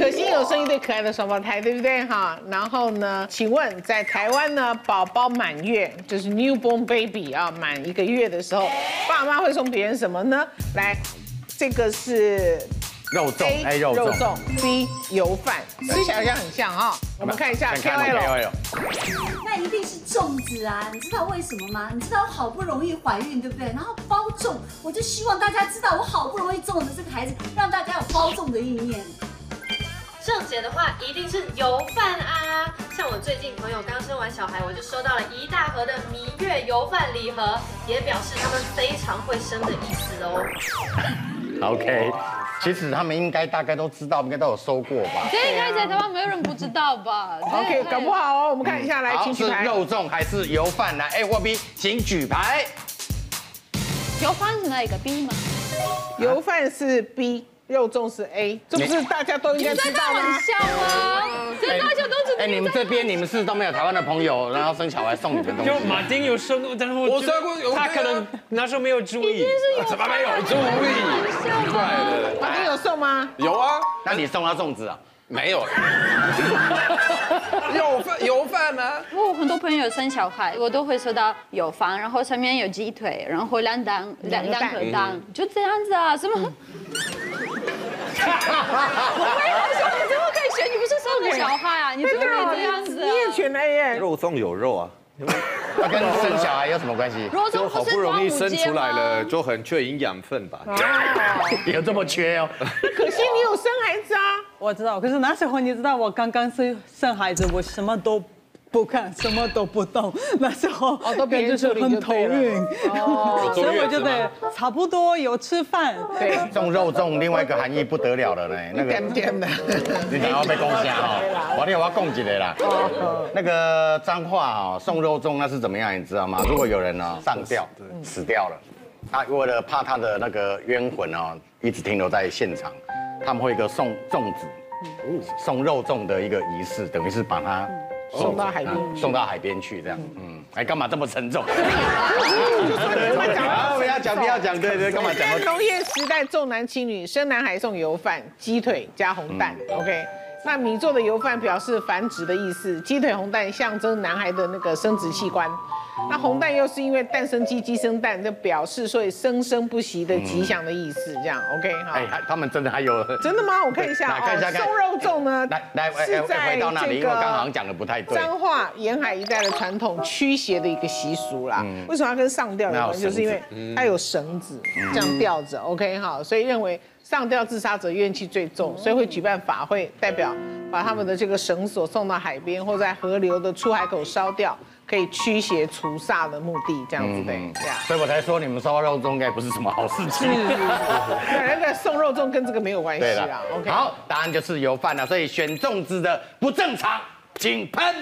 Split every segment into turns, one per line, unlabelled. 有生一对可爱的双胞胎，对不对哈？然后呢，请问在台湾呢，宝宝满月就是 newborn baby 啊，满一个月的时候，爸妈会送别人什么呢？来，这个是
肉粽，
A 哎肉粽，B 油饭，吃起来好像很像哈。我们看一下 K O L，
那一定是粽子啊！你知道为什么吗？你知道我好不容易怀孕，对不对？然后包粽，我就希望大家知道我好不容易种的这个孩子，让大家有包粽的意念。
正解的话一定是油饭啊！像我最近朋友刚生完小孩，我就收到了一大盒的蜜月油饭礼盒，也表示他们非常会生的意思哦。
OK，其
哦
实他们应该大概都知道，应该都有收过吧？
这应该在台湾没有人不知道吧
OK，搞
哎
不 好哦。我们看一下，来，
好
请举牌
是。肉粽还是油饭呢？哎，货币，请举牌。
油饭是哪一个 B 吗？
油饭是 B，肉粽是 A，这不是大家都应该知道吗
很？像吗？这大家都知道。
哎，你们这边你们是都没有台湾的朋友，然后生小孩送你们东西
就？马丁有收过，但是我啊
我
觉得
收过有
他可能那时候没有注意。
怎么没有注意？奇怪的，
马丁有送吗？
有啊，
那你送他粽子啊？
没有，有饭有饭啊，
我很多朋友生小孩，我都会收到油饭，然后上面有鸡腿，然后两蛋两
两个
两
蛋
颗蛋，
嗯
就这样子啊？什么？我也好想你怎么可以选？你不是生了小孩啊？你怎么可以这 样子、啊？
哦你也选 A 耶？
肉粽有肉啊，
他跟生小孩有什么关 系？
罗
就
中
好
不
不
是
容
端午
易生
节
出来
吗
了，就很缺营养分吧。
有这么缺哦？
可惜你有生孩子啊。
我知道，可是那时候你知道，我刚刚生生孩子，我什么都不看，什么都不懂。那时候
哦都别人
就是
处理就
很头
对了
晕，
哦
所以我觉得差不多有吃饭。
对，
送肉粽，另外一个含义不得了了呢。那
点点的。
你想要被攻下哦，我另我要供几个啦。
哦
那个脏话哦，送肉粽那是怎么样，你知道吗？如果有人呢上吊，死掉了，他为了怕他的那个冤魂哦一直停留在现场，他们会有一个送粽子，送肉粽的一个仪式，等于是把他。
送到海边
嗯送到海边去，这样，嗯，哎，干嘛这么沉重？
哎
啊，不要讲，不要讲，对对，干嘛讲？
农业时代重男轻女，生男孩送油饭、鸡腿加红蛋。OK，那
嗯
米做的油饭表示繁殖的意思，鸡腿红蛋象征男孩的那个生殖器官。那红蛋又是因为蛋生鸡，鸡生蛋，就表示所以生生不息的吉祥的意思。这样 OK 哈。
哎，他们真的还有
真的吗？我看一下
来看一下
哦
看
送肉粽呢，
来来，哎
是
哎
在
回到那
这
里，因为我刚刚好
个
像讲的不太对。
彰化沿海一带的传统驱邪的一个习俗啦。为什么要跟上吊有
嗯那有
关？就
绳子嗯
是因为它有绳子这样吊着，OK 哈，所以认为上吊自杀者怨气最
嗯
重，所以会举办法会，代表把他们的这个绳索送到海边或在河流的出海口烧掉，可以驱邪除煞的目的，这样子对，
嗯
啊这样。
所以我才说你们烧肉粽应该不是什么好事情。
那那个送肉粽跟这个没有关系
对
啦
了
啊，OK。
好，答案就是油饭了。所以选粽子的不正常，请喷。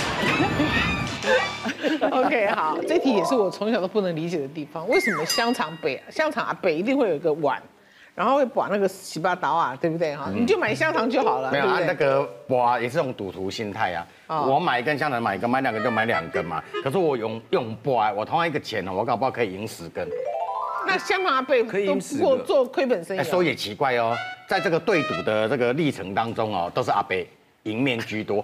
OK，好，这题也是我从小都不能理解的地方，为什么香肠北香肠啊北一定会有一个碗，然后会把那个洗巴刀啊，对不对哈？你就买香肠就好了，
嗯没有
对不
啊，
对
那个我也是用赌徒心态啊。
哦
我买一根香肠，买一根，买两根就买两根嘛。可是我用用拔，我同样一个钱哦，我搞不好可以赢十根。
那香肠啊北
可以
都
因此
不
的
过做亏本生意
哎，
了，
说也奇怪哦，在这个对赌的这个历程当中哦，都是阿伯赢面居多。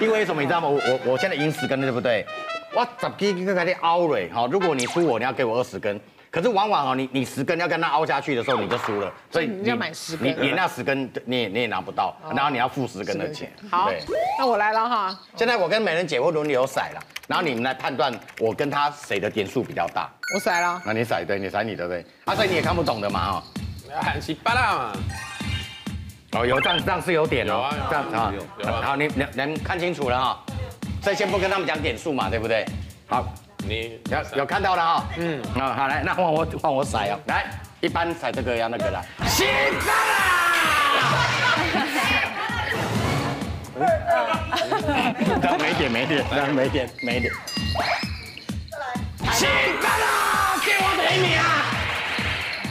因为什么你知道吗？我我我现在赢十根对不对？我十根跟你凹蕊哈，如果你输我，你要给我二十根。可是往往哦，你你十根要跟他凹下去的时候，你就输了，所以
你要买10根
你你那十根你也你也拿不到，然后你要付十根的钱。
好
对，
那我来了哈，
现在我跟美人姐会轮流骰了，然后你们来判断我跟她谁的点数比较大。
我甩了，
那你骰对，你骰你的对，啊，所以你也看不懂的嘛哦。
很奇啊巴啦嘛。
哦，有这样这样是有点
有
哦
啊有啊，
这样啊
有，有啊
好，你你能看清楚了哈，所以先不跟他们讲点数嘛，对不对？好，
你
有有看到了哈，嗯，啊，好来，那换我换我甩哦，来，一般甩这个要那个啦，心脏啦，当没点没点，当没点没点，心脏啦，给我给你啊。
嗯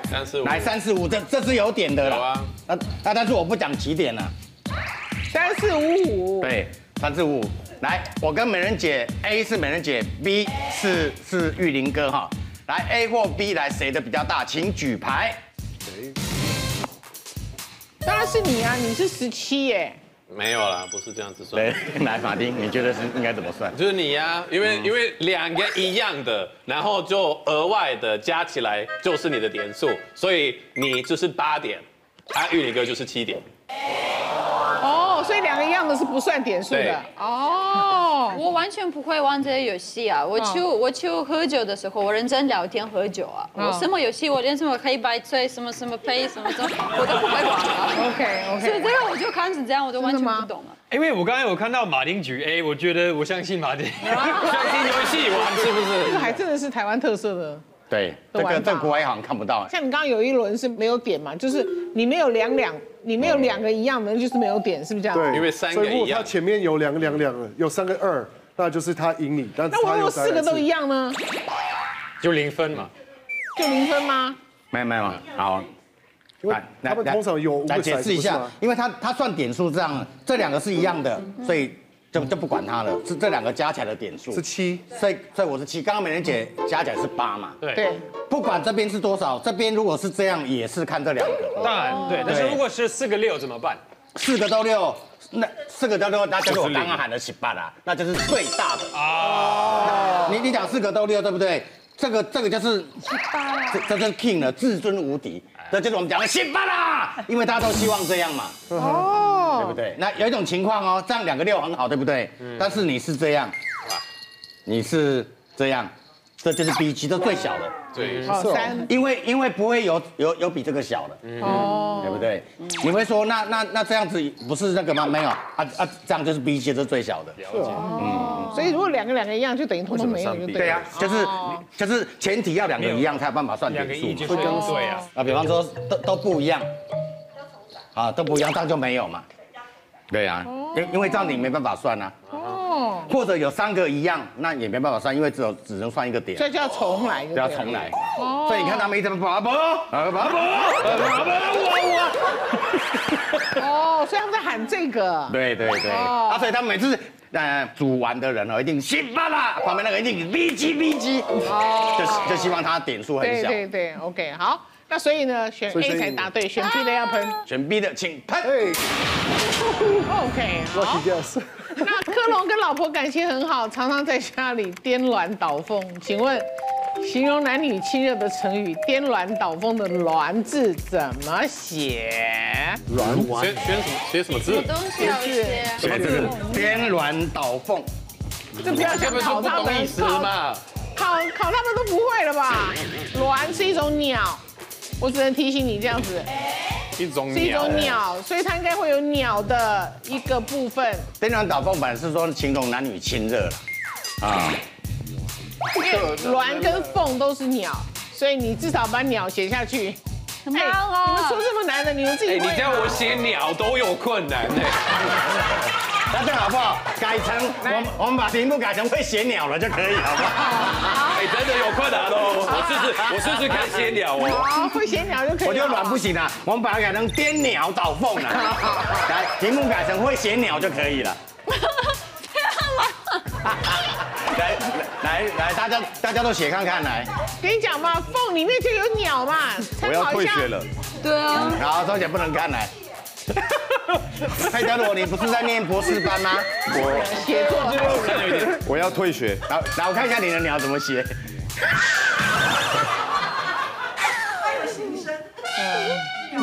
来
三四五
来三四五，这这是有点的
有
啦
啊。
那那但是我不讲起点了。
三四五五，
对，三四五，来，我跟美人姐 A 是美人姐，B 是是玉林哥哈。来 A 或 B 来谁的比较大，请举牌。
当然是你啊，你是十七耶，
没有啦，不是这样子算
对。， 来马丁，你觉得是应该怎么算？
就是你呀、因
嗯
为、因为两个一样的，然后就额外的加起来就是你的点数，所以你就是八点，啊，玉林哥就是七点。
哦，所以两个一样的是不算点数
对
的哦。
我完全不会玩这些游戏啊！我去、我去喝酒的时候，我认真聊天喝酒啊。
嗯
我什么游戏，我连什么黑白chơi、什么什么配、什么什么，我都不会 玩啊。
OK
所以这
OK，
个我就看成这样，我都完全不懂了。
哎因为我刚才有看到马丁举 A，我觉得我相信 马丁，相信游戏玩是不
这
是？
个还真的是台湾特色的。
对，这
玩
个
法
这个国外好像看不到。
像你刚刚有一轮是没有点嘛，就是你没有两两，你没有两个一样的，就是没有点，是不是这样？
对，
因为三个
所以如果
一样
他前面有两两两了，有三个二，那就是他赢你。但是
那我
他
如
有
果
三
四个都一
样，
样呢，
就零分嘛。
就零分吗？
没有没有，好。
因为他们通常有五
来
个
解
骰子
释一
不是
下
吗？，
因为他他算点数这样，这两个是一样的，所以就就不管他
嗯
了，是这两个加起来的点数
是，七，
所以所以我是七，刚刚美人姐加起来是八嘛，
对
对，
不管这边是多少，这边如果是这样也是看这两个，
当然对，但是
对
如果是四个六怎么办？
四个到六，那四个到六，那就是我刚刚喊的十八啦，那就是最大的
啊
哦。你你讲四个到六对不对？这个这个就是
啊
这这就是 king 了，至尊无敌，这就是我们讲的十八啦，因为大家都希望这样嘛。对不
哦，
对？那有一种情况哦，这样两个六很好，对不对？但是你是这样，你是这样，这就是 B 级，这最小的，
对，
哦三
因为因为不会有有有比这个小的，对
哦，
不对？你会说那那那这样子不是那个吗？没有啊啊，这样就是 B 级，这是最小的。
嗯
所以如果两个两个一样，就等于通通没有，
为什么上
就
B？
对
对
啊
了。，
就是就是前提要两个一样才有办法算
两个
点
亿
数
就
嘛。
是对啊，
啊，比方说都都不一样，啊，都不一样，这样就没有嘛。对啊，因因为这样你没办法算啊。
哦，
或者有三个一样，那也没办法算，因为只有只能算一个点
所，以就要重来，就
就
对
要
了
重来。所以你看他们一直拔博，啊拔博，
哦，所以他们在喊这个。
对对对，
哦
啊，所以他们每次呃煮完的人哦，一定稀巴啦，旁边那个一定哔叽哔叽，就就希望他点数很
对
小。
对对，OK，好。那所以呢，选
所以
A
所以
才答对，选 B 的要喷。
选 B 的请
哎
喷。
OK，好
，lucky。guess，
那科隆跟老婆感情很好，常常在家里颠鸾倒凤。请问，形容男女亲热的成语“颠鸾倒凤”的“鸾”字怎么写？
写写什么写什么字？
东西要一些啊。
对，这个颠鸾倒凤，
这不要
根
想
本就
考
不
他
懂意
们，
思
考
嘛。
考考他们都不会了吧？鸾是一种鸟，我只能提醒你这样子，
一种
是一种鸟，所以它应该会有鸟的一个部分。
颠鸾倒凤本来是说形容男女亲热了，啊，
因为鸾跟凤都是鸟，所以你至少把鸟写下去。哎，你们说这么难的，你们自己
哎，
会
你
吗
叫我写鸟都有困难呢。
那这样好不好？改成我们我们把题目改成会写鸟了就可以，好不 好？
哎，真的有困难哦，我试试，我试试看写鸟哦。
好，会写鸟就可以了。
我觉得软不行啊，我们把它改成颠鸟倒凤了。 来，题目改成会写鸟就可以了。来来来，大家大家都写看看来，
跟你讲嘛，凤里面就有鸟嘛，参
我要
考一
退
下。
学了。
对啊，
然后周姐不能看 来。佩德罗，你不是在念博士班吗？
我
写作
我要退学。
来来，我看一下你的鸟怎么写。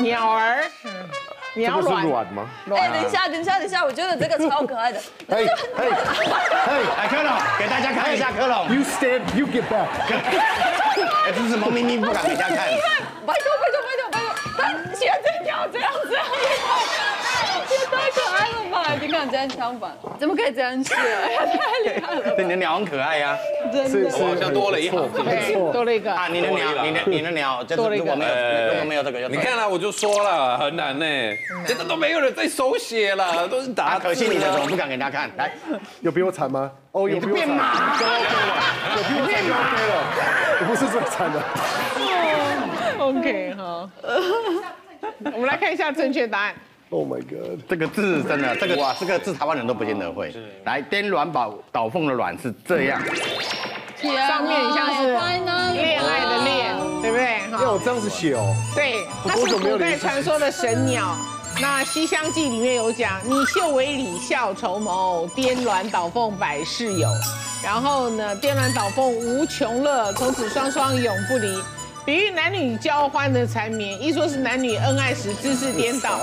鸟儿，鸟
这个
卵
是软吗？
哎，等一下，等一下，等一下，我觉得这个超可爱的。
哎哎
啊
哎
来，柯龙，给大家看一下柯龙。
，You stand, you get back。
哎，这是什么秘密不敢给大家看？
拜托，拜托，拜托，拜托，他现在要这样子，
也 太可爱了吧！你看这样相反，怎么可以这样写？ 太厉害了！
对，你的鸟很可爱呀、
是是
我好像多了一行字。
对，多了一哎个
啊。。啊，你的鸟，你的你的鸟，就是如果没有如果没有这个，就
你看啦，我就说了很难呢，真的都没有人在手写了，都是打
啊，
字啊。
可惜你的怎么不敢给大家看？来，
有比我惨吗？哦，有比我惨，都 OK 了，有比我惨就 OK 了，我不是最惨的。
OK，好。 我们来看一下正确答案。
Oh my god！
这个字真的，这个哇，哦这个字台湾人都不见得会。来，颠鸾宝倒凤的卵是这样，
啊
上面像是
太难了
恋爱
有这样子写哦。
对，
我
它
多
是
久没有
古代
连续
传说的神鸟。那《西厢记》里面有讲，你秀为礼，笑绸缪，颠鸾倒凤百事有。然后呢，颠鸾倒凤无穷乐，从此双双永不离。比喻男女交欢的缠绵，一说是男女恩爱时姿势颠
哎
倒。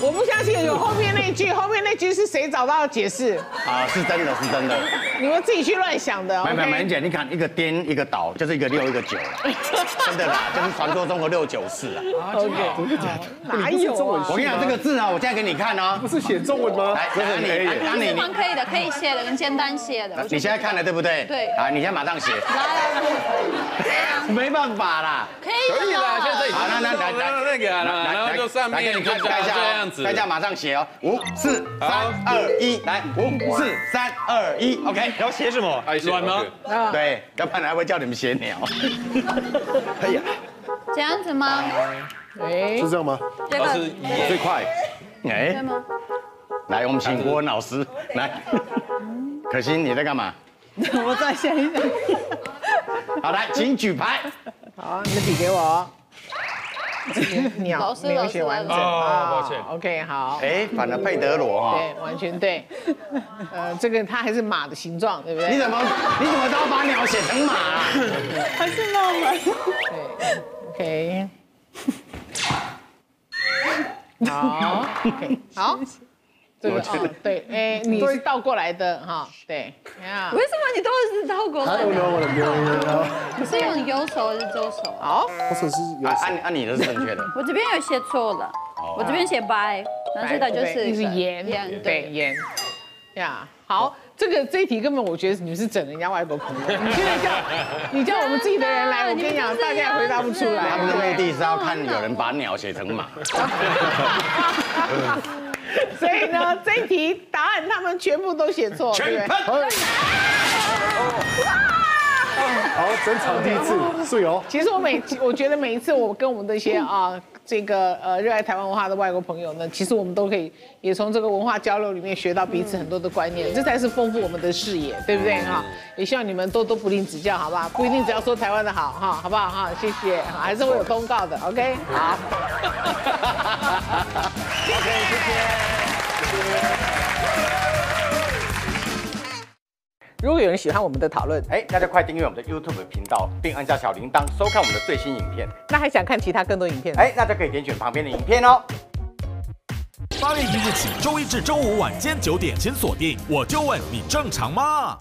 我不相信有后面那句，后面那句是谁找到的解释？
啊，是真的，是真的。
你们自己去乱想的。
没没
OK？
没，姐，你看一个颠一个倒，就是一个六一个九， 真的啦，就是传说中的六九四啊。
OK，哪有啊？
我跟你讲这个字啊，我现在给你看啊，不是写中文吗？来，来你，
其
那
实
你
蛮可以的，可以写的，很简单写的。我觉
你，
得
你现在看了对不对？
对
啊，你现在马上写，
来来
没办法啦。
可以的
可以啦现在已经
好，那那来来
那个啊然后就上面
来给你看
就
看一下哦
这样子
大家马上写哦，五四三二一，来，五四三二一，OK。要写什么
哎
卵吗
啊
对，要不然还会叫你们写鸟。 哎呀，
这样子吗？哎
样吗？
这
哦
个
最快。
对
哎，
吗？
来，我们请郭文老师来。可心，你在干嘛？
我再想一想。
好，来，请举牌。
好，你们比给我。
老
鸟
师
没有写完整
老师老师
啊
哦抱歉
OK，好。
哎，反而佩德罗哈。
对，完全对。呃，这个它还是马的形状，对不对？
你怎么你怎么都要把鸟写成马啊？
还是那么？对 ，OK。好，OK，好。这个
我觉得
哦，对，哎，你是倒过来的哈，对，啊
为什么你都是倒过来
I don't know what I'm doing.
你是用右手还是左手？
好，
我只是有按按啊你的是正确的。
我这边有写错了，我这边写白，然后这个就
白对
是
一
一
是
个
盐，
盐
对
对。
盐，呀，好，这个这一题根本我觉得你们是整人家外国朋友，你现在叫你叫我们自己的人来，我跟你讲，大家也回答不出来。
他们的目的是要啊看有人把鸟写成马。
所以呢，这一题答案他们全部都写错，对
全
不对？
好，整场第一次，是有。
其实我每我觉得每一次我跟我们这些啊，这个呃热爱台湾文化的外国朋友呢，其实我们都可以也从这个文化交流里面学到彼此很多的观念，这才是丰富我们的视野，对不对哈？也希望你们多多不吝指教，好不好？不一定只要说台湾的好哈，好不好哈？谢谢，哈还是会有公告的，OK？好。 如果有人喜欢我们 的讨论，
哎，大家快订阅我们的 YouTube 频道，并按下小铃铛收看我们的最新影片。
那还想看其他更多影片？
哎，那就可以点选旁边的影片哦。
八月一日起，周一至周五晚间九点，请锁定《我就问你正常吗》。